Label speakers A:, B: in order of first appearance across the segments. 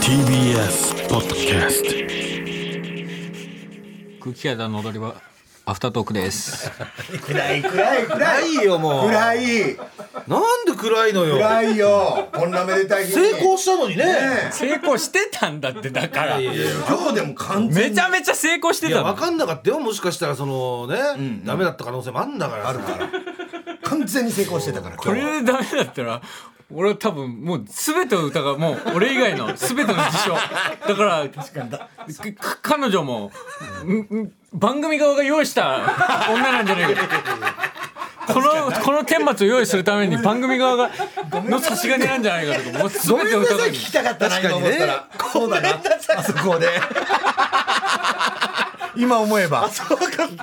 A: TBS ポッドキャスト
B: 空気階段の踊り場アフタートークです。
C: 暗い暗い暗い
D: 暗いよもう
C: 暗い
D: なんで暗いのよ
C: 暗いよこんなめでたい日に
D: 成功したのにね
C: ね
B: 成功してたんだってだから。
D: いやいやいや
C: 今日でも完全
B: め
C: に
B: ちゃめちゃ成功して
D: い
B: た
D: や
B: の
D: 分。かんなかったよもしかしたらそのね、
C: ん
D: ダメだった可能性もあんだから
C: あるから完全に成功してたから
B: こ
C: 今日
B: れでダメだったら。俺は多分もう全てを疑うもう俺以外の全ての事象だからくく彼女もんん番組側が用意した女なんじゃないかこのこの顛末を用意するために番組側がの差し金なんじゃないかとかもう
C: ご
B: 全
C: め
B: て
C: ん
B: を
C: なさ
B: 疑
C: いう聞きたかったな
D: 確か
C: 今
D: に
C: 思っ
D: ね
C: たらそうだなあそこで今思えば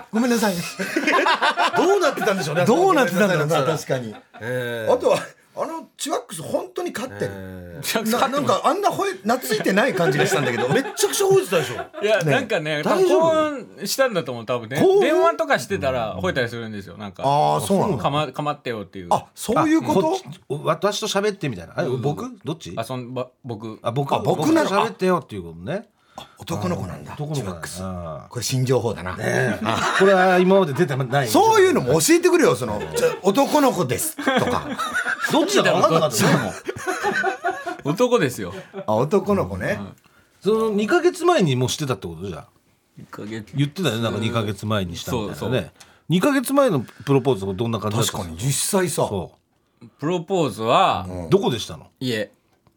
C: ごめんなさい
D: どうなってたんでしょうね
C: どうなってたんだろうな
D: ごめ
C: 確かに
D: え
C: あとはあのチワックス本当に勝ってるななんかあんなほえ懐いてない感じがしたんだけど
D: めっちゃくちゃ吠えてたでしょ
B: いや、なんかね、多
D: 大
B: 分
D: 丈夫
B: 興奮したんだと思う、多分ね
C: 興。奮
B: 電話とかしてたら、吠えたりするんですよ、なんか。
C: ああそうなの
B: かま、かまってよっていう。
C: あそういうこ
D: っ
C: と
D: ちお私と喋ってみたいなあ僕どっち
B: あ、そんば、僕。
D: あ僕
C: あ僕なの
D: と喋ってよっていうことね
C: 男の子なんだ
D: 男の
C: チ
D: 子
C: ワッ
D: なん
C: クス
D: だ
C: これ新情報だな、
D: あこれは今まで出てない
C: そういう
D: の
C: のも教えてくれよそのちょ男の子ですとか
D: どっちだか分かんなかったね
B: 男ですよ。
C: あ男の子ね、
D: その二ヶ月前にもうしてたってことじゃん
B: 一ヶ月
D: 言ってたよねなんか二ヶ月前にしたみた
B: そ
D: いうな
B: そう
D: ね二ヶ月前のプロポーズがどんな感じだった
C: 確かに実際さ
D: そ
B: プロポーズは、
D: うどこでしたの
B: 家。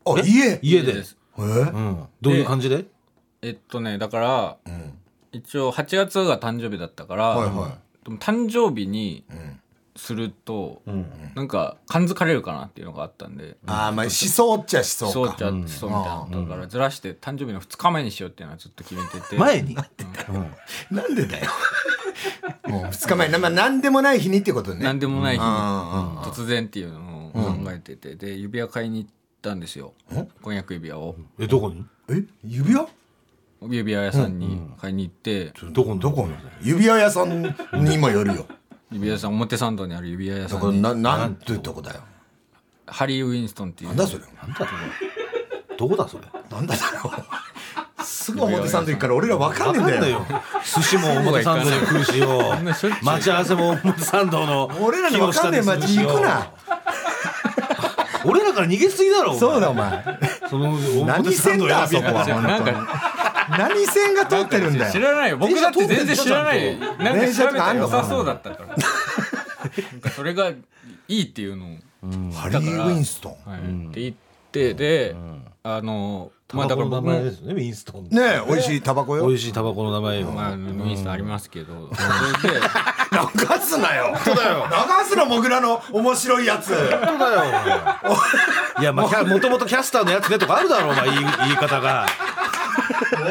C: あ家
D: 家で
B: です。
C: え
D: うんどういう感じで
B: えっとね、だから、一応8月が誕生日だったから、
C: はいは
B: でも誕生日に
C: ん
B: すると、なんか感づかれるかなっていうのがあったんで、
C: ああまあ思想っちゃ思
B: そ
C: 想
B: うち
C: か
B: ゃそうみたいなことだからずらして誕生日の2日前にしようっていうのはずっと決めてて
D: 前に
C: なんで だよもう2日前な、まあ、何でもない日にってことね
B: なんでもない日に
C: あ
B: 突然っていうのを考えてて、で指輪買いに行ったんですよ婚約指輪を
D: えどこに
C: あえ指輪
B: 指輪屋さんに買いに行って、
D: どこに
C: どこの指輪屋さんにもよるよ
B: 指輪屋さん表参道にある指輪屋
C: だ
B: さ
C: から
B: んに
C: ななんていうとこだよ
B: ハリー・ウィンストンっていう
C: なんだそれ
D: どこだそれ
C: なんだだろうすぐ表参道行くから俺ら分かんねえんだよ
D: 寿司も表参道に来るしよ
B: んなしょっちゅう
D: 待ち合わせも表参道の
C: 俺らに分かんねえ街行くな
D: 俺らから逃げすぎだろお前
C: そうだお前
D: その表
C: 何
D: 参
C: 線
D: 道
C: だあ
D: 選
C: そ
D: び
C: こは
D: な
B: なん
C: 本当に
B: か
C: 何線が通ってるんだ
B: 知
C: よ
B: らないよ僕だって全然知らないなんか
C: 電車
B: 調
C: と
B: べ
C: かあ
B: た
C: ん
B: ら
C: の
B: 良
C: かな
B: さそうだったからなんかそれがいいっていうのを、
C: ハリー・ウィンストン
B: はいって言ってで、あのまあだ
D: タ
B: か
D: バコの名
B: ら僕
D: 前
B: も
D: ですねウィンストン
C: ねえ美味しいタバコ
D: 美
C: よ
D: 味しいタバコの名前よ
B: まあ、ウィンストンありますけど、それで
C: 流すなよそうだよ流すのもぐらの面白いやつ
D: そうだよお前いやまあキャもともとキャスターのやつねとかあるだろお前言い言い方が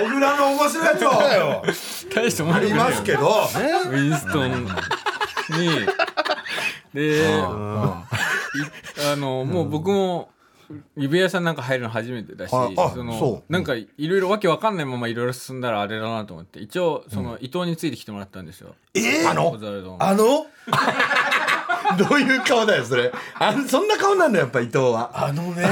C: もぐらの面白いやつを
B: 大して面
C: あ
B: 白
C: り
B: くな
C: ま
B: い
C: す
B: よ
C: け
B: ウ
C: ど
B: ィンストンに、で、あの、もう僕も、指輪屋さんなんか入るの初めてだし、
C: ああ
B: その
C: そ、う
B: なんかいろいろわけわかんないままいろいろ進んだらあれだなと思って、一応、その、伊藤についてきてもらったんですよ。
C: えあ
B: 小
C: の
B: 沢丼
C: あのどういう顔だよそれあんそんな顔なんだよやっぱ伊藤は
D: あのね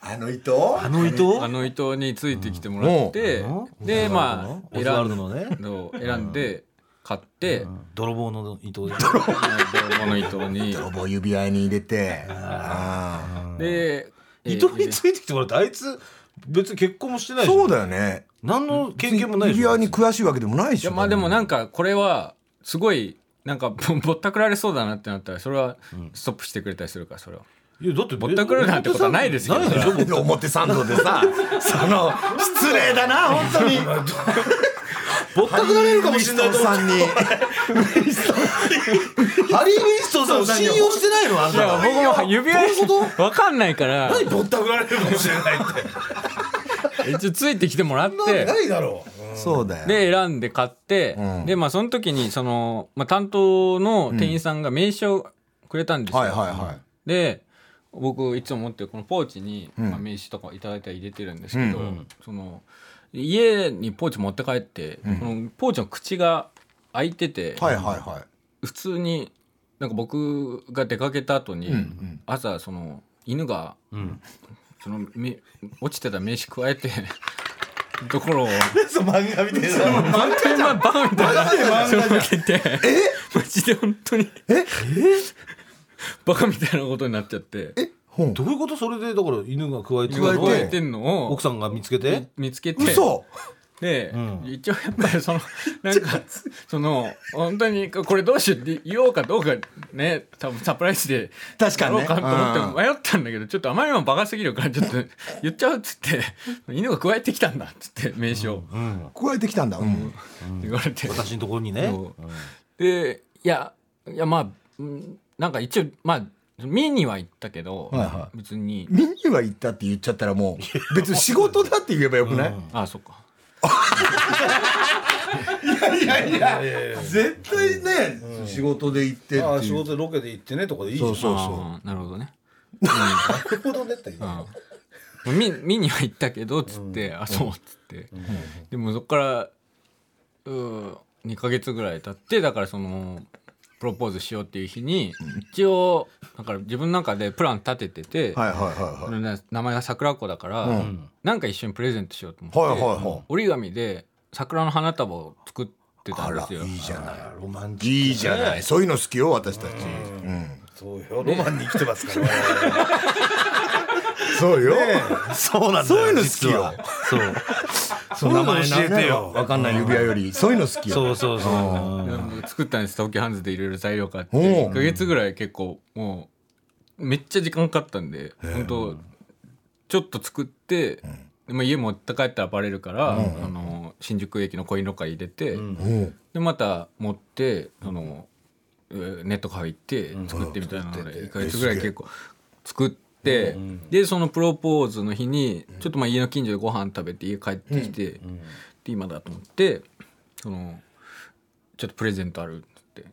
C: あの伊藤
D: あの伊藤
B: あの伊藤についてきてもらって
D: うん、
B: で、まあ、
D: オ
B: 選
D: ズワルドのね
B: んの選んで、買って、
D: 泥棒の伊藤で
B: この伊藤に。
C: 泥棒指輪に入れてあ
B: で、
D: 伊藤に
B: え
D: ついてきてもらってあいつ別に結婚もしてな
C: あ
D: いし
C: そうだよね
D: 何の経験もないでし
C: 指
D: ょ
C: 輪に詳しいわけでもないで
B: い
C: し
B: や
C: ょ
B: まあでもなんかこれはすごいなんかぼぼったくられそうだなってなったらそれはストップしてくれたりするからそれを
D: いやだってぼ
B: ったくるなんてことはないですよ
D: ないでしょ
C: で 表参道でさその失礼だな本当に
D: ぼったくられるかもしれないと思
C: ハ
D: っ
C: リーウィンストンさんに
D: てハリー・ウィンストンさんを信用してないのあん
B: い
D: た
B: や
D: は
B: 僕も指輪
D: どういう
B: わかんないから
D: 何ぼったくられるかもしれないって
B: 一応ついてきてもらっ
D: ない
B: て
D: ないだろう
C: そうだよ
B: で選んで買って、でまあその時にその、まあ、担当の店員さんが名刺をくれたんですよ、
C: はいはいはい
B: で僕いつも持ってるこのポーチに、まあ、名刺とかいただいたら入れてるんですけど、その家にポーチ持って帰って、このポーチの口が開いてて、
C: はいはいはい
B: 普通になんか僕が出かけた後に、朝その犬が、そのめ落ちてた名刺加えてところを
D: そう漫画みたいな
B: 本当にまあバンみたい
C: マジで漫
B: な
C: 画じゃん
B: 衝撃でマジで本当に
C: え
B: バカみたいなことになっちゃって
C: えほん
D: どういうことそれでだから犬が加えて
B: 加
C: 加
B: えてんのを
D: 奥さんが見つけて
B: 見つけて
C: 嘘
B: で、
D: ん
B: 一応やっぱりそのなんかその本当にこれどうしようって言おうかどうかね多分サプライズで
C: 確かにね
B: やろうかと思って迷ったんだけどちょっとあまりにもバカすぎるからちょっと言っちゃうっつ って犬が加えてきたんだっつって名刺を
C: 加えてきたんだ、うん
B: 言われて、
D: 私のところにね
B: そうでいやいやまあうんなんか一応まあ見には行ったけど、
C: はいは
B: 別に
C: 見には行ったって言っちゃったらもう別に仕事だって言えばよくない、
B: あそっか
C: いやいや絶対ね、仕事で行ってっていう
D: ああ仕事でロケで行ってねとかでいいじゃ
C: そ
D: ん
C: うそうそう
B: あーなるほど ね
D: なるほどねって今
B: 見見には行ったけどっつって、あそうっつって、でもそっからうー2ヶ月ぐらい経ってだからそのプロポーズしようっていう日に一応だから自分の中でプラン立ててて、
C: はいはいはいはい
B: ね名前が桜子だから、
C: うん
B: なんか一緒にプレゼントしようと思って、
C: はいはいはい
B: 折り紙で桜の花束を作ってた
C: あ
B: んで
C: ら
B: すよ。
C: いいじゃない
D: あロマンチック
C: いいじゃないそういうの好きよ私たち、うん、
D: そうよロマンに生きてますからね
C: そうよ、
D: そうなんだ
C: そういうの好
D: 実
C: きよ
D: はそう
C: そ
D: そう名前教えてよ
C: わかんない指輪よりそういうの好きよ
D: そうそうそう
B: でも作ったんです東京ハンズでいろいろ材料買って
C: おう
B: 1ヶ月ぐらい結構もうめっちゃ時間かかったんで本当ちょっと作って、でまあ、家持って帰ったらバレるから、あの新宿駅のコインロッカー入れて、
C: うん
B: でまた持ってそのえーネットカフェ行って作ってみたいなので1ヶ月ぐらい結構作ってでそのプロポーズの日にちょっとまあ家の近所でご飯食べて家帰ってきてで今だと思ってそのちょっとプレゼントあるって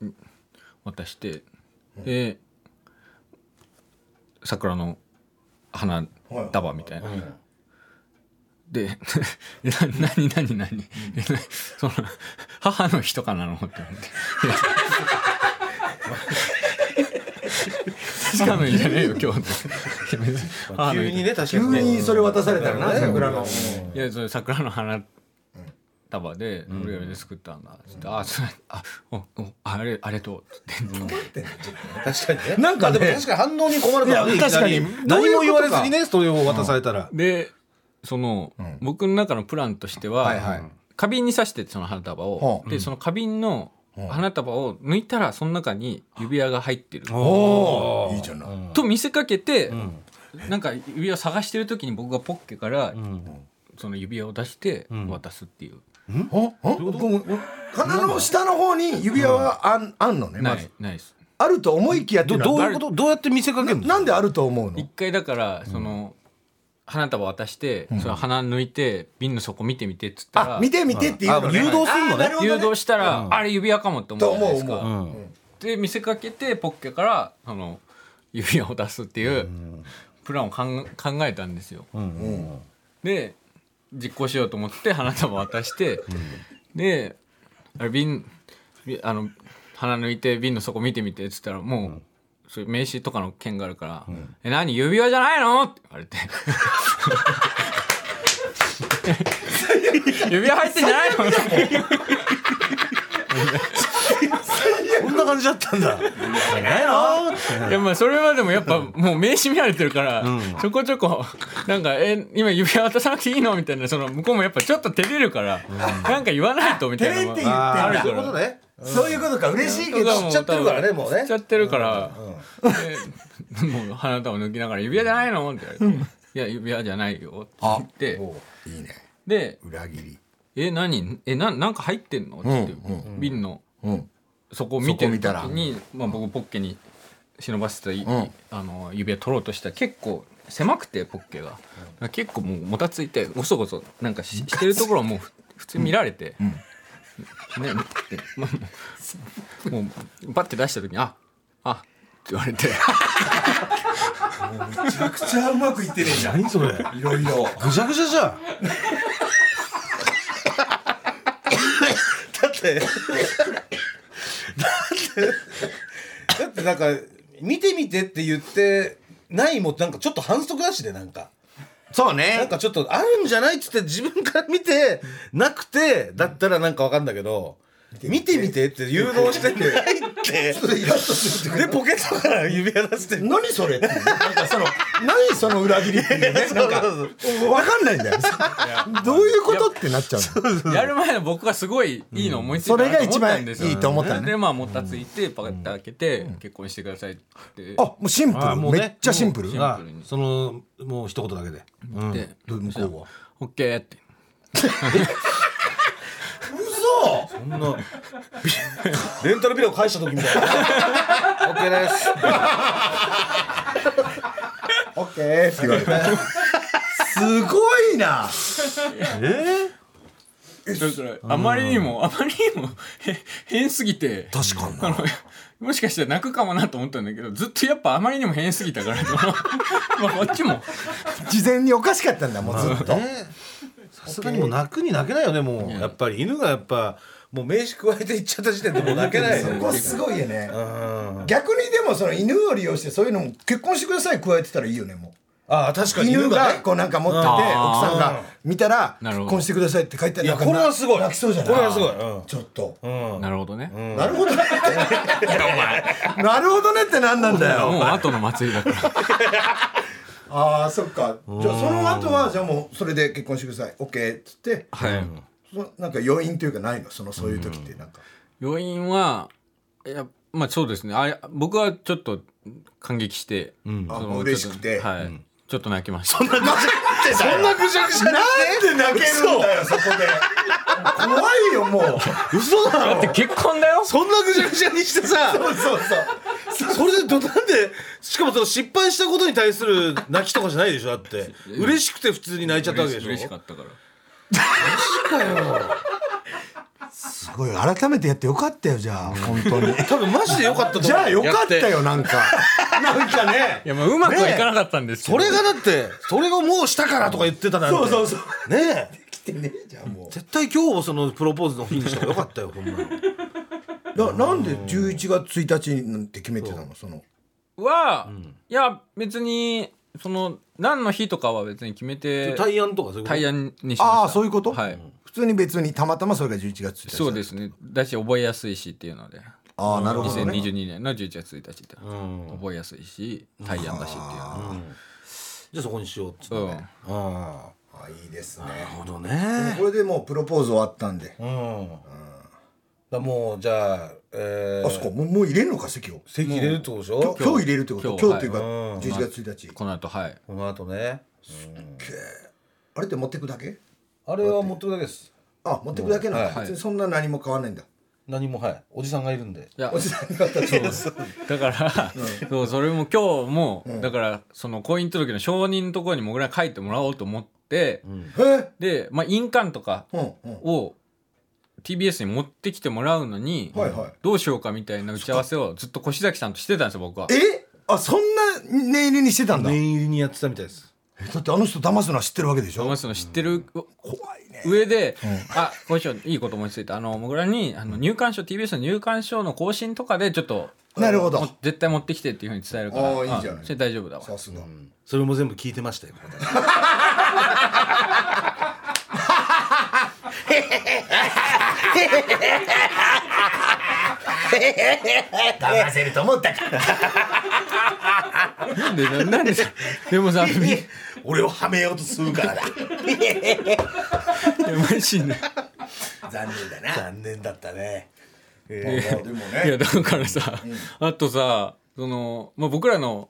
B: うん渡してで桜の花束みたいな。で、 な、なになになに、えな その、母の日とかなのって思って。 母の日じゃねえよ、今日。母の
D: 急
B: 日
D: にね確か
C: 急
D: にね
C: にそれ渡されたらな桜の
B: いや、それ桜の花束で、俺よりで作ったんだ。つって、あ、それ、あ、お、お、あれ、ありがとう。つって
D: 確かにね
C: なんかね
D: でも確かに反応に困るからね
C: いや確かに
D: いきなり何も言われずにねそれを渡されたら
B: で、その、僕の中のプランとしては、
C: はいはい
B: 花瓶に刺しててその花束を
C: は、あ
B: でその花瓶の花束を抜いたらその中に指輪が入ってる、
C: おーいいじゃない、
B: と見せかけて、なんか指輪探してる時に僕がポッケから、その指輪を出して渡すっていう、
C: ああ鼻の下の方に指輪はあんあんのねま
B: な
C: ず
B: いないです
C: あると思いきやってい
D: どど
C: うの
D: う
C: は
D: いうことどうやって見せかけるの
C: なんであると思うの
B: 一回だからその、花束渡して、その花抜いて瓶の底見てみてっつったら
C: あ見て見てっていうのね
D: あ誘導するのね
C: あーなほど
B: 誘導したら、あれ指輪かもって思うじゃないです
C: と
B: か
C: 思
D: う
C: う
D: ん
B: で見せかけてポッケからその指輪を出すっていうプランを考え考えたんですよ。で実行しようと思って花束渡して、であれ瓶びあの鼻抜いて瓶の底見てみてっつったらもう、そういう名刺とかの件があるから「え何指輪じゃないの?」って言われ て。指輪入ってんじゃないの
D: こんな感じだったんだ。ないの
B: いやまあそれはでもやっぱもう名刺見られてるから、ちょこちょこなんか「え今指輪渡さなくていいの?」みたいなその向こうもやっぱちょっと照れるから、なんか言わないとみたいなの
C: 照れて
B: が
C: 言って
D: ああ、そうい
C: んだ
D: うことね。
C: そういうことか嬉しいけど
B: が
D: 知っちゃってるからね
B: 多分
D: もうね
B: 知っちゃってるから、でもう花束抜きながら「指輪じゃないの?」って言われて「いや指輪じゃないよ」って言って
C: いいね
B: で
C: 裏切り
B: 「え何えななんか入ってんの?」って言って、瓶の
C: うん
B: 底を見てる時
C: そこ
B: にまあ、僕ポッケに忍ばせてたい、
C: ん
B: あの指輪取ろうとしたら結構狭くてポッケが、結構もうもたついてごそごそなんかししてるところはもうふ普通に見られて、ねってまあもうもうバッて出した時に「ああって言われ て
C: めちゃくちゃうまくいってねえじゃん
D: 何それ。
C: いろいろ
D: ぐちゃぐちゃじゃん。 だって。だって。だってなんか、見てみてって言って。ないもなんかちょっと反則だしでなんか
E: そう
D: なん
E: ね
D: かちょっとあるんじゃないっつって自分から見てなくてだったらなんかわかんだけど見てみてって誘導してんで
C: イラッとするっていう
D: でポケットから指輪出して
C: か何それっていうなんかその 何その裏切りっていうねなんか わかんないんだよどういうことってなっちゃうの
B: やる前の僕がすごいいいの思いついたなと思ったんですよ
C: それが一番いいと思ったね
B: でまあもたついてパカッて開けて結婚してくださいって
C: あもうシンプ
E: あ
C: ル
E: もうね
C: めっちゃシンプル
B: もう
E: あそのもう一言だけで
B: 言って
C: どう向こうは
B: 「オッケー」って
D: レンタルビデオ返した時みたいな
E: オッケーです
C: オッケーって言われてすごいな
B: だからあまりにもあまりにもへ変すぎて
C: 確かに
B: あのもしかしたら泣くかもなと思ったんだけどずっとやっぱあまりにも変すぎたから まあこっちも
C: 事前におかしかったんだもうずっと
E: さすがにもう泣くに泣けないよねもうやっぱり犬がやっぱもう名刺加えていっちゃった時点でもう泣けない
C: そこすごいよね逆にでもその犬を利用してそういうのも結婚してください加えてたらいいよねもう
E: ああ確かに
C: 犬
E: 犬が
C: が
E: ね
C: こうなんか持ってて奥
B: あー
C: さんが見たら
B: なるほど
C: 結婚してくださいって書いてある
D: いやこれはすごい
C: 泣きそうじゃない
D: これはすごいうん
C: ちょっと
B: なるほどね
C: なるほどねなるほどねって何なんだよ
B: もう後の祭りだから
C: ああそっかじゃあその後はじゃあもうそれで結婚してください OK っつって
B: はい
C: そなんか要因というかないのそのそういう時ってなんか
B: 要因はいやまあそうですねあれ僕はちょっと感激して、その
C: あもう嬉しくて
B: ちょっとはいちょっと泣きました
C: そんなぐしゃぐしゃなんで泣けるんだよそこで怖いよもう
D: 嘘だ
B: だって結婚だよ
D: そんなぐちゃぐちゃにしてさ
C: そうそうそう
D: それでどなんでしかもその失敗したことに対する泣きとかじゃないでしょだって嬉しくて普通に泣いちゃったわけでしょ
B: 嬉しかったから
C: すごい改めてやってよかったよじゃあ本当に
D: 多分マジで良かったと思う
C: じゃあよかった
D: やて
C: よなんかなんかね
B: いやまあうまくはいかなかったんですけ
D: そ
B: ど、
D: れがだってそれがもうしたからとか言ってたなんて
C: そうそうそう
D: ねえ
C: 来てねえじゃんも
D: 絶対今日もそのプロポーズの日にしたらよかったよこんなの
C: うななんで11月1日になんて決めてたのその
B: は、いや別にその何の日とかは別に決めて
D: 対案とかそういうこと
B: 対案にしました
C: ああそういうこと、
B: はい
C: 普通に別にたまたまそれが11月1日
B: そうですねだし覚えやすいしっていうので
C: ああなるほどね
B: 2022年の11月1日って覚えやすいし対案だしっ
D: じゃあそこにしようっつってて、
B: いうう、うん
D: あ
C: あいいですね
D: あなるほどね
C: これでもうプロポーズ終わったんで、
D: うん、だもうじゃあえー、
C: あそこもうもう入れるのか席を
D: 席入れるってことでし
C: 今
D: ょ
C: 日今日入れるってこと
B: 今日
C: 今日というか
D: はい
C: 11月1日、
B: この後はい
D: この後ね
C: あれって持ってくだけ
D: あれは持ってくだけです
C: あ持ってくだけなんだ、
D: はい
C: 別にそんな何も変わんないんだ、
D: 何もはいおじさんがいるんで
B: いや
C: おじさんに買ったそうです
B: だから、そうそれも今日も、だからその婚姻届の承認のところにもぐら書いてもらおうと思って、
C: えー
B: で、まあ、印鑑とか
C: うんうん
B: を TBS に持ってきてもらうのに、
C: はいはい
B: どうしようかみたいな打ち合わせをずっと越崎さんとしてたんですよ僕は。
C: えあそんな念入りにしてたんだ、
D: 念入りにやってたみたいです
C: えだってあの人騙すのは知ってるわけでしょ
B: 騙すの知ってる
C: 怖いね
B: 上で、あ、こうしよう、いいこと思いついた。あの、もぐらに、あの、入管証、TBS の入管証の更新とかで、ちょっと、
C: なるほど
B: もう絶対持ってきてっていうふうに伝えるから。
C: あーいいじゃない
B: あそれ大丈夫だわ。
C: さすが、
D: それも全部聞いてましたよ
C: 騙せると思ったか
B: なんで、ななんで、でもさ、 み
D: 俺をはめようとするからだ
B: いやマジで。
C: 残念だな
D: 残念だったね
C: でも
B: い
C: ね
B: や、だからさ、あとさ、その、まあ、僕らの、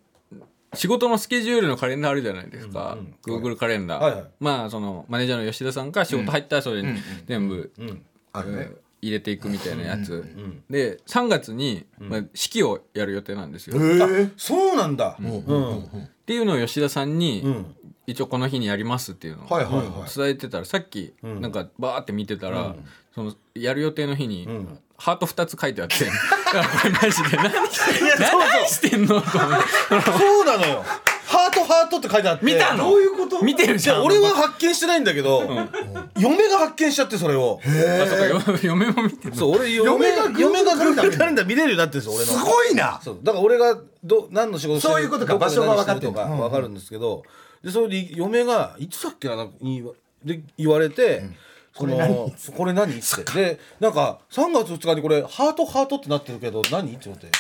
B: 仕事のスケジュールのカレンダーあるじゃないですか、Google カレンダー、
D: はいはい
B: まあそのマネージャーの吉田さんが仕事入ったらそれに全部
C: あるね
B: 入れていくみたいなやつ、で3月に、まあ、式をやる予定なんですよ、
C: へ
B: っ
C: え
D: そうなんだ、
B: ていうのを吉田さんに、
D: ん
B: 一応この日にやりますっていうのを
C: はいはいはい
B: 伝えてたらさっきなんかバーって見てたら、そのやる予定の日に、ハート2つ書いてあって あこれマジで何して何してんのと思って
D: そうなのよハートハートって書いてあって
B: 見たの
F: どういうこと
B: 見てる
D: じ
B: じゃ
D: ゃ
B: ん
D: 俺は発見してないんだけど、嫁が発見しちゃってそれを
B: あそうかよ嫁も見てる
D: そう俺嫁が
C: 嫁
D: 嫁
C: が
D: がグル
C: Google カレンダー
D: ープカレンダー見れるようになってるんですよ俺の
C: すごいな
D: そうだから俺がど何の仕事してる
C: そういうことか
D: どで
C: 場所が分かっ
D: 何し
C: て
D: て
C: ん
D: る
C: だ
D: とか分かるんですけど、でそれで嫁がいつだっけななんか言いで言われて、そのこれ何ってでなんか3月2日にこれハートハートってなってるけど何って言われて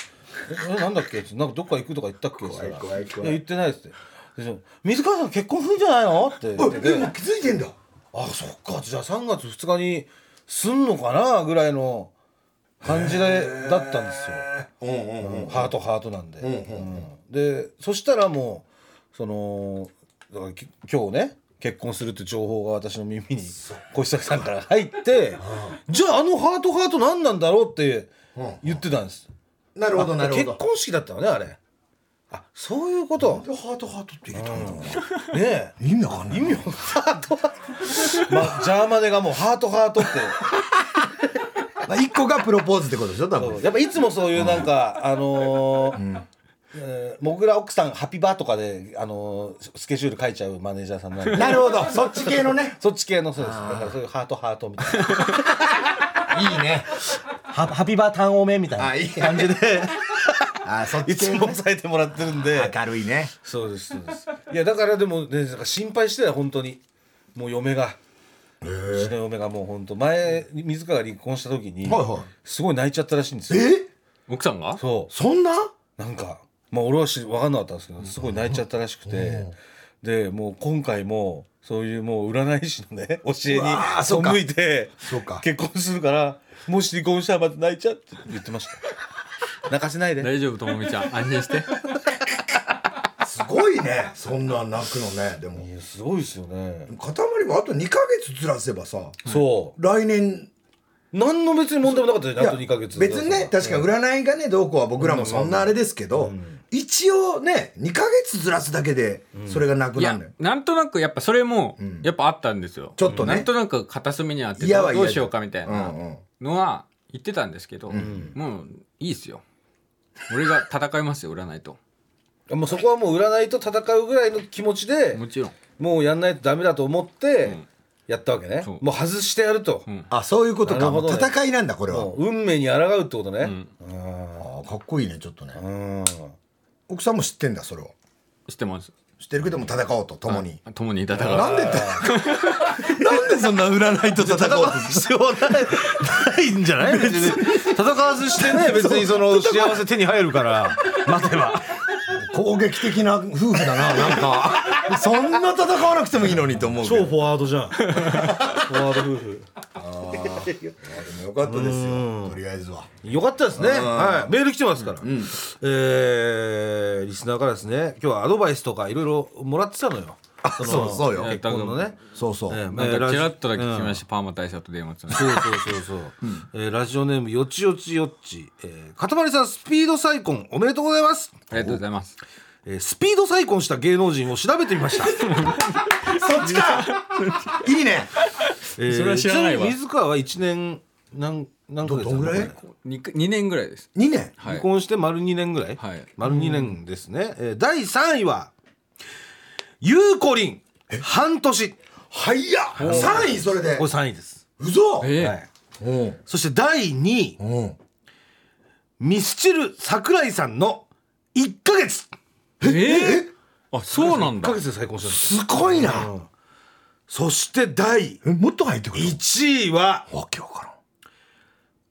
D: ええなんだっけってなんかどっか行くとか言ったっけ怖
C: い怖い怖い
D: 言ってないっすってでその水川さん結婚するんじゃないのって言ってて
C: でも気づいてんだ
D: あそっかじゃあ3月2日にすんのかなぐらいの感じでだったんですよ、うんハートハートなんで、うんでそしたらもうそのだからき今日ね結婚するって情報が私の耳に小石崎さんから入ってじゃああのハートハート何なんだろうって言ってたんです、
C: なるほどなるほ
D: 結
C: ど
D: 婚式だったのねあれあそういうこと
C: でハートハートって入れたの
D: ねえ
C: 意味わかんない
D: 意味をハートハートまあジャーマネがもうハートハートって
C: まあ一個がプロポーズってことでしょ多
D: そう
C: 分
D: やっぱいつもそういうなんか、あのーえーもぐら奥さんハピバーとかで、あのーススケジュール書いちゃうマネージャーさんなんで
C: なるほどそっち系のね
D: そっち系のそうですだからそういうハートハートみたいない
C: いね
D: ハハピバー単多めみたいな
C: あいい
D: 感じで
C: あそっ
D: い
C: ち
D: つ
C: 系
D: も
C: のね
D: 抑えてもらってるんで
C: 明るいね
D: そうですそうですいやだからでも、ね、なんか心配してたよ本当にもう嫁が。うちの嫁がもう本当前水川が離婚した時に
C: はいはい
D: すごい泣いちゃったらしいんですよ、
C: え
B: 奥さんが
D: そう
C: そんな
D: なんか、まあ、俺はし分かんなかったんですけどすごい泣いちゃったらしくて、でもう今回もそういうもう占い師の ね教え
C: うわーそうか
D: に背いて
C: そうか
D: 結婚するからもし離婚したらまた泣いちゃうって言ってました 泣かせないで
B: 大丈夫ともみちゃん安心して
C: すごいねそんな泣くのねでも
D: いやすごいですよね、
C: 塊もあと2ヶ月ずらせばさ
D: そ
C: 来年
D: う何の別に問題もなかったよ
C: い
D: ねあ
C: や
D: と2ヶ月
C: 別にね確か占いがねどうこうは僕らもそんなあれですけど、一応ね2ヶ月ずらすだけでそれがなく
B: い
C: な
B: や
C: るのよ、
B: なんとなくやっぱそれもやっぱあったんですよ
C: ちょっとね
B: なんとなく片隅にあって
C: 嫌
B: ど
C: は
B: う
C: 嫌
B: ど
C: で
B: うしようかみたいな
C: うんうん
B: のは言ってたんですけどもういいっすよ俺が戦いますよ占いと
D: もうそこはもう占いと戦うぐらいの気持ちで
B: もちろん
D: もうやんないとダメだと思ってやったわけね、
B: そう
D: もう外してやると、
C: あそういうこと
D: な
C: か、
D: るほどね
C: もう戦いなんだこれは、
D: もう運命に抗うってことね、
C: あーかっこいいねちょっとね、
D: うん
C: 奥さんも知ってんだそれを
B: 知ってます
C: 知ってるけども戦おうと共に、
B: 共に戦う
C: なんでって なんでそんな占いと戦おうとする
D: 必要ないないんじゃない別に戦わずしてね別に その幸せ手に入るから待てば
C: 攻撃的な夫婦だななん かそんな戦わなくてもいいのにと思うけど
D: フォワードじゃ んフォワード夫婦
C: でもよかったですよとりあえずは
D: よかったですね、はい、メール来てますから、えーリスナーからですね今日はアドバイスとかいろいろもらってたのよ
C: あそうそうよ
D: 結婚のね
C: そうそう、
D: えー
B: な
D: え
B: ん
D: ーラ
B: か
D: ジ
B: チラッとだけ聞きましたパーマ大佐と電話つな
D: そうそうそう そう、えーラジオネームよちよちよっち、えー、かたまりさんスピード再婚おめでとうございます、
B: ありがとうございます
D: えースピード再婚した芸能人を調べてみま した
C: そっちかいいね
D: えー
B: それは知らないわ
D: ちみに水川は1年何何ヶ月
C: どんぐらい
D: 離
B: 二二年ぐらいです
C: 2年
B: はい
D: 婚して丸2年ぐらい、
B: はい
D: 丸2年ですね、えー第3位はゆうこりん半年こ
C: はいや3位それで
D: れ3位です、
C: うそ
B: ええ
D: はい、
C: うん
D: そして第2位
C: うん
D: ミスチル桜井さんの1ヶ月
B: ええあそうなん
D: 1
B: だ
D: ヶ月で再婚したんです
C: すごいな
D: そして第
C: えもっと入ってくる
D: 1位は
C: わけわか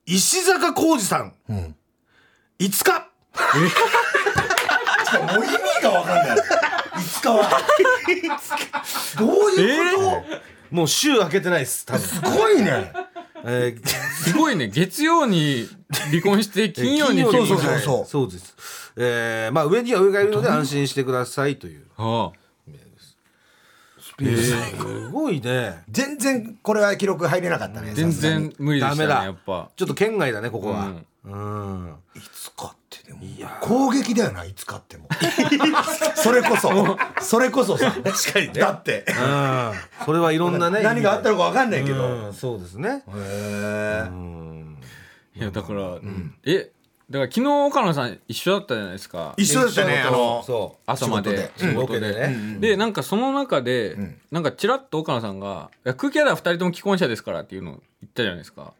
D: 石坂浩二さん、5日
C: らんもう意味がわかんないいつかはどういうこ
D: もう週明けてないです多分
C: と、、すごいね
D: えー
B: すごいね月曜に離婚して金曜に
D: 金
C: そうそうそうそう
D: はいそうです。えー、まあ上には上がいるので安心してくださいという。
B: は
D: すごいね。
C: 全然これは記録入れなかったね
B: あ全然無理で
D: ダ
B: した
D: メ
B: ね
D: だ。
B: やっぱ
D: ちょっと県外だねここは。
C: いつかってでも攻撃だよないつかってもそれこそそれこそさ確かにだって
D: うん。それはいろんなね。
C: 何があった
D: ら
C: のかわかんないけど
D: うん、そうですね。
C: へえ
B: いやだからえだから昨日岡野さん一緒だったじゃないですか
C: 一緒でしたねあの
G: そ
B: 朝まで
G: うロケでね、
B: でなんかその中で、なんかちらっと岡野さんがいや「空気アダ2人とも既婚者ですから」っていうのを言ったじゃないですか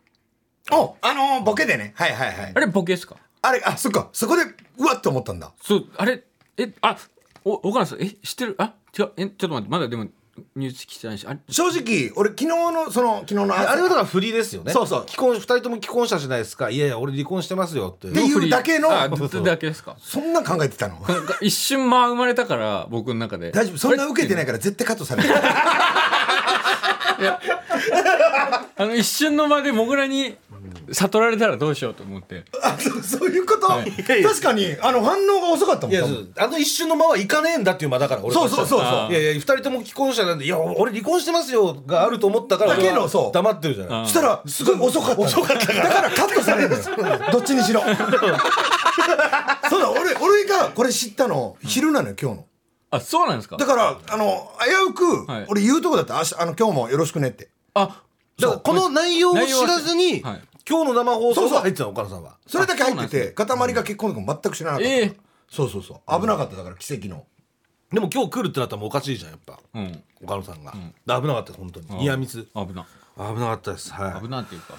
C: おあのーボケでねはいはいはい
B: あれボケですか
C: あれあそっかそこでうわっと思ったんだ
B: そうあれえあお岡野さんえ知ってるあ違うえちょっと待ってまだでもニュース来てないしあれ
C: 正直俺昨日のその昨日の
D: あ
C: 朝
D: れはだから振りですよね
C: そうそう
D: 既婚二人とも既婚者じゃないですかいやいや俺離婚してますよって
C: でっていうだけの
B: あだだけですか
C: そんなん考えてたの
B: なんか一瞬間生まれたから僕の中で
C: 大丈夫そんな受けてないから絶対カットされる
B: あの一瞬の間でモグラに悟られたらどうしようと思って
C: あそうそういうこと、 確かにあの反応が遅かったも
D: い
C: ん
D: や
C: 多
D: そ
C: 分
D: うあの一瞬の間はいかねえんだっていう間だから俺
C: そうそうそうそう
D: いやいや二人とも既婚者なんでいや俺離婚してますよがあると思ったから
C: だけど
D: 俺は
C: そう
D: 黙ってるじゃない
C: したらすごい遅かった遅かっただからカットされるんですよ どっちにしろそうだ俺俺がこれ知ったの昼なのよ今日の
B: あそうなんですか
C: だからあの危うく、
B: はい
C: 俺言うとこだった明日あの今日もよろしくねって
B: あ
D: だからこの内容を知らずに、
B: 内容ははい
D: 今日の生放
C: そ
D: 送
C: うそう
D: が入ってたの岡野さんは
C: それだけ入ってて塊が結婚とかも全く知らなかったから、
B: ええ
C: そうそうそう危なかっただから奇跡の
D: でも今日来るってなったらもうおかしいじゃんやっぱ、
B: うん
D: 岡野さんが、だ危なかったです本当にニアミス
B: 危な
D: 危なかったですはい
B: 危なっていうか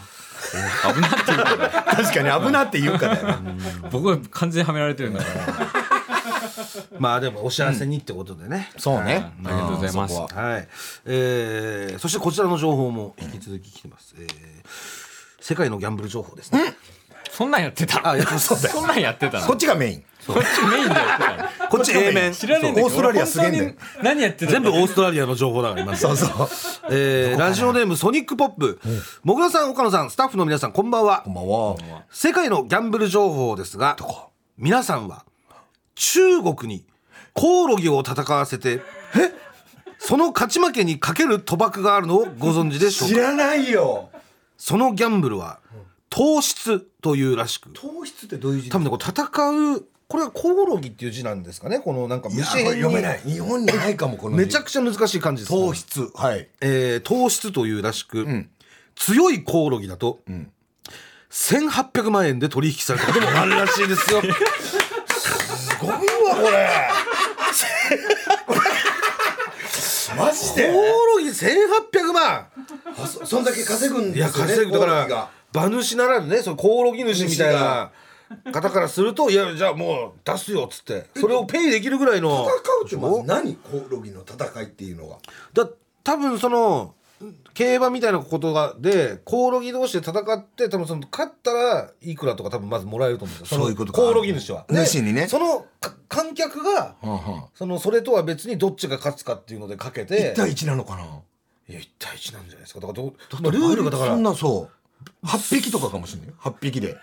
B: 危なっていうかね
C: 確かに危なって言うからよな
B: 僕は完全にはめられてるんだから
D: まあでもお幸せにってことでね、
C: そうね
B: ありがとうございます
C: そこは
D: はい、えーそしてこちらの情報も引き続き来てます、えー世界のギャンブル情報ですね、
B: そんなんやってた
D: あいやそうだよ
B: そんなんやってたの
C: こ
B: こ
C: っちがメイン
B: っちメインでやってたの
D: こっち A 面
B: 知らねえんだけど
C: オーストラリアすげえんだよ
B: 本当に何やってた
D: 全
B: の
D: 部オーストラリアの情報だから今
C: そうそう
D: えーラジオネームソニックポップもぐらさん岡野さんスタッフの皆さんこんばんは
C: こんばんは
D: 世界のギャンブル情報ですが皆さんは中国にコオロギを戦わせてその勝ち負けにかける賭博があるのをご存知でしょう
C: 知
D: から
C: ないよ
D: そのギャンブルは糖質というらしく
C: 糖質ってどういう字
D: 多分ねこう戦うこれはコオロギっていう字なんですかねこのなんか
C: い
D: 虫
C: やこれ
D: 辺に
C: 読めない日本にないかもこの字
D: めちゃくちゃ難しい漢字ですね
C: 糖質はい
D: えー糖質というらしく、強いコオロギだと、1800万円で取引されたこともあるらしいですよ
C: すごいわこれ マジ
D: コオ
C: で
D: ロギ1800万
C: あそそんだけ稼ぐん
D: い
C: で
D: や
C: すよね
D: 稼ぐだか
C: コオロギが
D: ら馬主ならぬねそのコオロギ主みたいな方からするといやじゃあもう出すよっつってそれをペイできるぐらいの
C: 戦うってまず何コオロギの戦いっていうのが
D: だ多分その競馬みたいなことがでコオロギ同士で戦って多分その勝ったらいくらとか多分まずもらえると思うんですよ
C: そういうことか
D: のコオロギ主は。で
C: 主にね
D: そのか観客がそのそれとは別にどっちが勝つかっていうのでかけて
C: 1対1なのかない
D: や1対1なんじゃないですかだからどう
C: だって
D: ルールがだか
C: そん
D: ら
C: なそう8匹とかかもしれないよ8匹で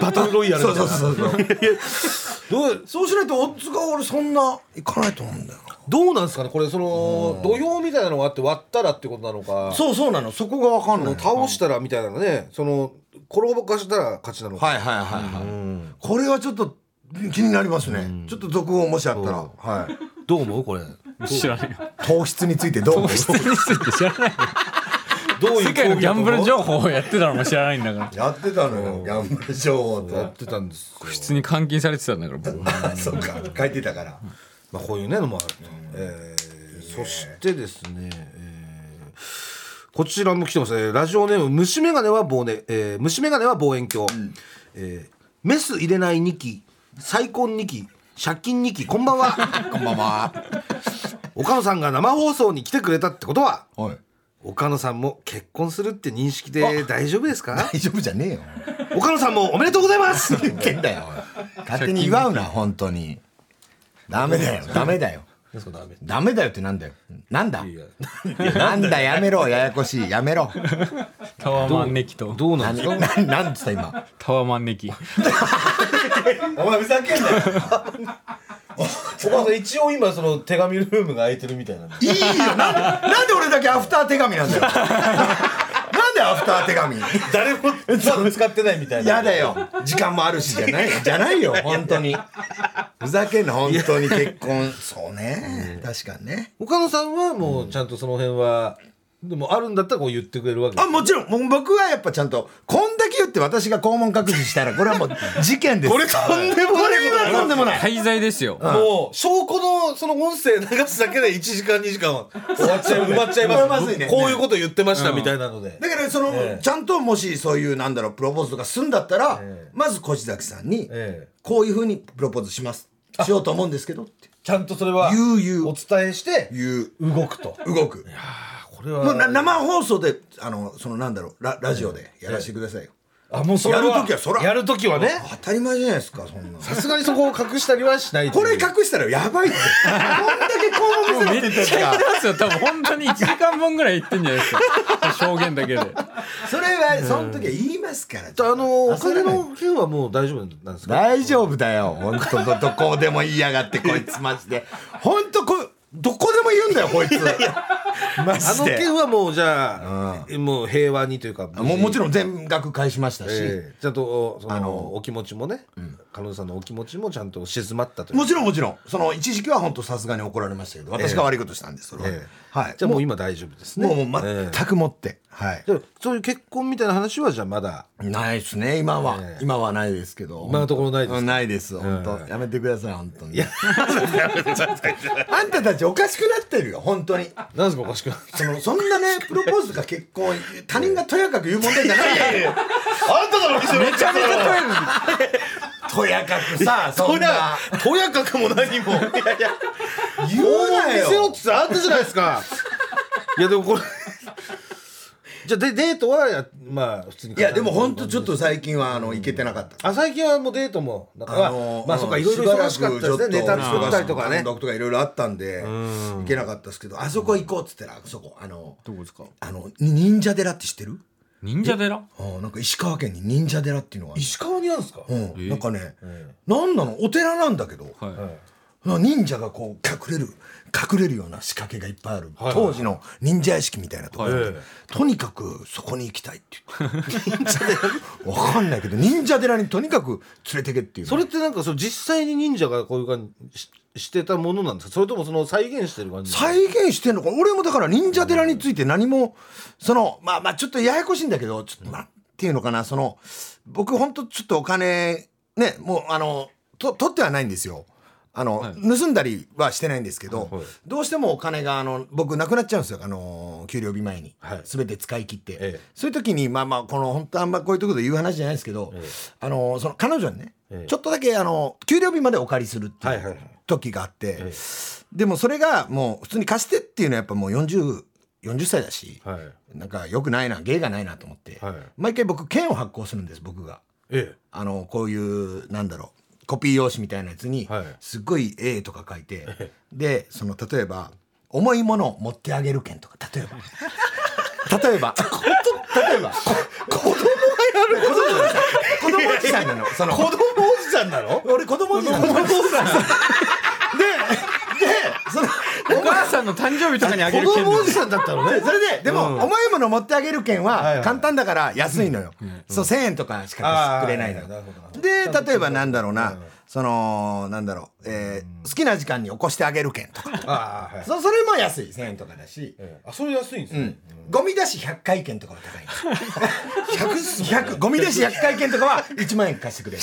D: バトルロイヤル
C: そ
D: み
C: う
D: たい
C: そう
D: な
C: そうそう
D: どう
C: そうしないとオッズが俺そんないかないと思うんだよな
D: どうなんですかねこれその土俵みたいなのがあって割ったらってことなのか
C: そうそうなのそこがわかんない
D: 倒したらみたいなのねその転ばかしたら勝ちなのか
C: はいはいはいはい、これはちょっと気になりますね、ちょっと続報もしあったら、はい、
D: どう思うこれ
B: 知らないよ
C: 糖質についてどう思う
B: 普通について知らないよ
D: どういう
B: 世界のギャンブ
D: 競
B: ル
D: 技だと思う
B: 情報をやってたのも知らないんだから
C: やってたのよギャンブル情報って
D: やってたんですよ
B: 普通に監禁されてたんだから僕
C: あそっか書いてたから
D: まあ、こういうねのもあると、えーそしてですね、えーこちらも来てますねラジオネーム虫眼鏡は望遠、えー虫眼鏡は望遠鏡、えーメス入れない2期再婚2期借金2期こんばんは
C: こんばんは
D: 岡野さんが生放送に来てくれたってことは
C: おい
D: 岡野さんも結婚するって認識で大丈夫ですか
C: 大丈夫じゃねえよ
D: 岡野さんもおめでとうございます
C: けんだよおい勝手に祝うな本当にダメだよダメだよダメだよってなんだよなんだなんだやめろややこしいやめろ
B: タワマンネキと
D: どうなん
C: 何
D: ですか
C: 何何つった今
B: タワマンネキ
C: お前ふざけんなよ
D: 岡野さん一応今その手紙ルームが空いてるみたいなんで
C: いいよなんでなんで俺だけアフター手紙 なんだよなんでアフター手紙
D: 誰も使ってないみたい
C: やだよ時間もあるしじゃない じゃないよ本当にふざけんな本当 に結婚そうね確かにね
D: 岡野さんはもうちゃんとその辺はでもあるんだったらこう言ってくれるわけ
C: あもちろんもう僕はやっぱちゃんとこんだけ言って私が肛門隠ししたらこれはもう事件ですこれとんでもないこれはとんでもない
B: 滞在ですよ
G: もう証拠のその音声流すだけで1時間2時間は終わっ ちゃう埋まっちゃいます
C: これまずいね
G: こういうこと言ってましたみたいなので、
C: だからその、ちゃんともしそういうなんだろうプロポーズとかするんだったら、まず越崎さんに、
G: ええ
C: こういうふうにプロポーズしますしようと思うんですけどって
G: ちゃんとそれは
C: 言う言う
G: お伝えして
C: いう
G: 動くと
C: 動く
G: これは
C: もうな生放送であのそのなんだろうララジオでやらせてくださいよ、
G: あもうそれ
C: やる時はそら
G: やる時はね
C: 当たり前じゃないですかそんな
G: さすがにそこを隠したりはしない
C: これ隠したらやばいってこんだけ肛門
B: め
C: 見せろ
B: っ
C: って
B: ち
C: 言
B: ゃ
C: っ
B: 言っ
C: たら
B: てますよ多分本当に1時間分ぐらい言ってんじゃないですか証言だけで
C: それはその時は言いますから、
D: あのお
C: 焦ら
D: 金
C: ない
D: の件はもう大丈夫なんですか
C: 大丈夫だよ本当どどこでも言いやがってこいつマジで本当こどこでも言うんだよこいつマ
D: あ
C: ジ
D: の
C: で
D: 件はもうじゃあ、もう平和にというか
C: もうもち
D: ん、
C: ろん全額返しましたし、
D: ええちゃんとその
C: あの
D: お気持ちもね、彼女さんのお気持ちもちゃんと静まったという
C: もちろんもちろんその一時期は本当さすがに怒られましたけど私が悪いことしたんですそれは、
D: ええ
C: はい
D: じゃあもう今大丈夫ですね
C: もうもう全くもって、はい
D: じゃあそういう結婚みたいな話はじゃあまだ
C: ないですね今は、今はないですけど
D: 今のところないですか
C: うんないです本当、やめてください本当にあんたたちおかしくなってるよ本当に
D: なんですかおかしくない
C: そのそんなねプロポーズか結婚他人がとやかく言う問題じゃないんだよ
G: あんただろ店のめちゃめちゃ遠い
C: とやかくさそんな
G: とやかくも何もいやいや
C: 言うな
D: 見せろっ
C: よ
D: つってあんたじゃないですかいやでもこれじゃあでデートはやまあ普通に
C: いやでも本当ちょっと最近はあの行けてなかった
D: あ最近はもうデートもだから、
C: あの
D: まあ
C: ん
D: そっかいろいろ忙しかったですねネ
C: し
D: タ
C: ばらくちょ
D: 作ったりとかね
C: 単独とかいろいろあったんで行けなかったですけどあそこ行こうっつったらあそこあの
B: どこですか
C: あのに忍者寺って知ってる
B: 忍者寺
C: あーなんか石川県に忍者寺っていうのがある
D: 石川にあるんですか、
C: うん、なんかね、なんなのお寺なんだけど、
B: はい
C: な忍者がこう隠れる隠れるような仕掛けがいっぱいある、当時の忍者屋敷みたいなところで、とにかくそこに行きたいって言って わかんないけど忍者寺にとにかく連れてけっていうの
D: それってなんかその実際に忍者がこういう感じししてたものなんですかそれともその再現してる感じ
C: 再現してんのか俺もだから忍者寺について何もそのまあまあちょっとややこしいんだけどちょっとなんていうのかなその僕ほんとちょっとお金ねもうあのと取ってはないんですよ。あの、盗んだりはしてないんですけど、どうしてもお金があの僕なくなっちゃうんですよあの給料日前に、
D: はい
C: 全て使い切って、
D: ええ
C: そういう時にまあまあこの本当あんまこういうところで言う話じゃないですけど、あのその彼女にね、
D: ええ
C: ちょっとだけあの給料日までお借りするってい
D: は
C: う
D: いはいはい
C: 時があって、でもそれがもう普通に貸してっていうのはやっぱもう4040歳だし、
D: はい
C: なんか良くないな芸がないなと思って、
D: はい
C: 毎回僕券を発行するんです僕が
D: え
C: あのこういうなんだろうコピー用紙みたいなやつに、
D: はい
C: すっごい「A」とか書いて、でその例えば「重いものを持ってあげる券」とか例えば例えば例えば子供がやる子供おじさんなのその
G: 子供おじさんなの
C: 俺子供おじさんなので、で、その、
B: お母さんの誕生日とかにあげる
D: 子
B: 権利
D: 供おじさんだったのね
C: でそれで、でも、重いもの持ってあげる券
D: はいは
C: はい簡単だから安いのよ。そう、1000円とかしかくれないの
D: あーはいはいなるほ
C: よ
D: どなる。
C: で、例えばなんだろうな、その、なんだろう、えー好きな時間に起こしてあげる券とか。
D: ああはい
C: そそれも安い、1000円とかだし。
D: あそれ安いんですね、
C: ゴミ出し100回券とかは高いの 100, 100ゴミ出し100回券とかは1万円貸してくれ る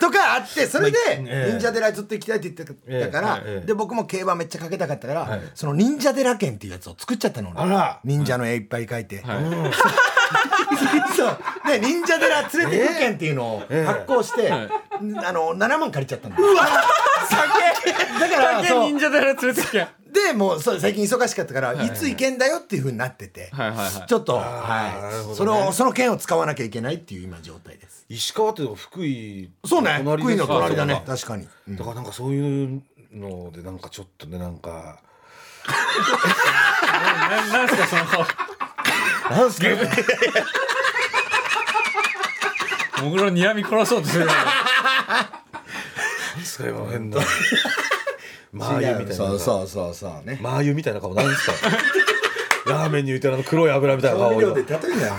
C: とかあってそれで
D: ええ
C: 忍者寺ずっと行きたいって言ってたから、
D: ええええ
C: で僕も競馬めっちゃかけたかったから、
D: い
C: その忍者寺券っていうやつを作っちゃったの俺
D: あら
C: 忍者の絵いっぱい描いて、
B: い
C: そうで忍者寺連れてく券っていうのを発行して、
B: は
C: あの7万借りちゃったのうわだから
B: だけ
C: そう
B: 忍者寺連れてきゃ
C: でもうそう最近忙しかったから、いつ行けんだよっていうふうになってて、
B: はいはいはい
C: ちょっと、はいそれをその券を使わなきゃいけないっていう今状態です
D: 石川って福井
C: そうね福井の隣だね
D: だ
C: 確かに、うん
D: からなんかそういうのでなんかちょっとねなんか
B: ななんすかその顔
D: なんすか
B: もぐろにらみ殺そうとする
D: それは変な マー
C: 違
D: 油
C: う
D: みたい
C: そ
D: な
C: うそうそうそうね
D: マー油みたいな顔なんですか ラーメンに浮いたあの黒い油みたいな
C: 調
D: 顔
C: 味料で例えんなよ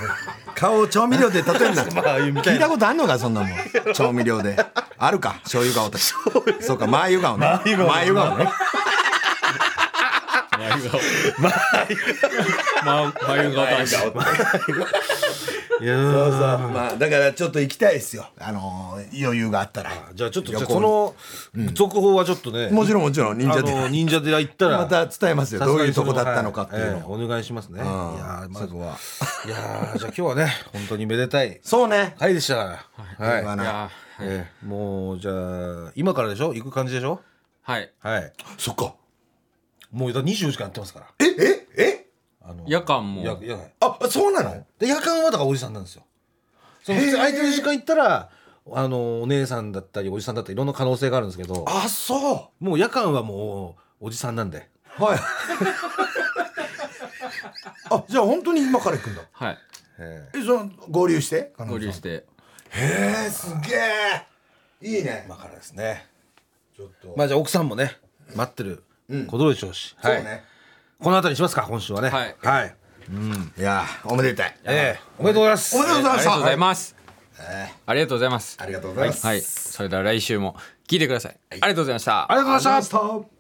C: 顔を調味料で例えんな
D: マー油みた
C: 聞
D: い
C: いた
D: な
C: ことあんのかそんなもん調味料であるか醤油顔とかそうか麻油顔ね麻油顔ね
B: い眉顔 ま眉顔男子
D: いやー
C: まあだからちょっと行きたいですよあのー余裕があったら
D: じゃあちょっとじゃあ
C: 旅行
D: その続報はちょっとね、
C: もちろんもちろん忍
D: あ
C: 者で
D: の忍者寺行ったら
C: また伝えます よ
D: さす
C: どう
D: が
C: い
D: に
C: う
D: そ
C: と
D: の
C: こだったのかっていうのを、
D: はええお願いしますねいや
C: うん
D: ーま
C: そこは
D: あいやーじゃあ今日はね本当にめでたい
C: そうね
D: 回でしたからはい、
C: 言わ
B: い
C: ない
B: や
D: ええもうじゃあ今からでしょ行く感じでしょ
B: はい
D: はい
C: そっか
D: もうだ24時間やってますから
C: えええ
D: あの
B: 夜間も
D: やや
C: あそうなの
D: で夜間はだからおじさんなんですよその
C: へえ
D: 空いてる時間行ったらあのお姉さんだったりおじさんだったりいろんな可能性があるんですけど
C: あそ
D: もう夜間はもうおじさんなんで
C: うはいあじゃあ本当に今から行くんだ
B: はい
D: え
C: えその合流して
B: 合流して
C: へえすげえいいね
D: え今からですね
C: ちょっと
D: まあじゃあ奥さんもね待ってることでしょうし、
C: そう
D: はい
C: ね
D: この辺りにしますか今週はね
B: はい
D: はい、
C: いやーおめでたい
D: ええおめでとうございます
C: おめでとうござい
B: あ
C: ま
B: り
C: し
B: が
C: た
B: とうございますありがとうございます
C: ありがとうございます
B: はいそれでは来週も聞いてくださいありがとうございました
D: ありがとうございました
C: ありがとうございました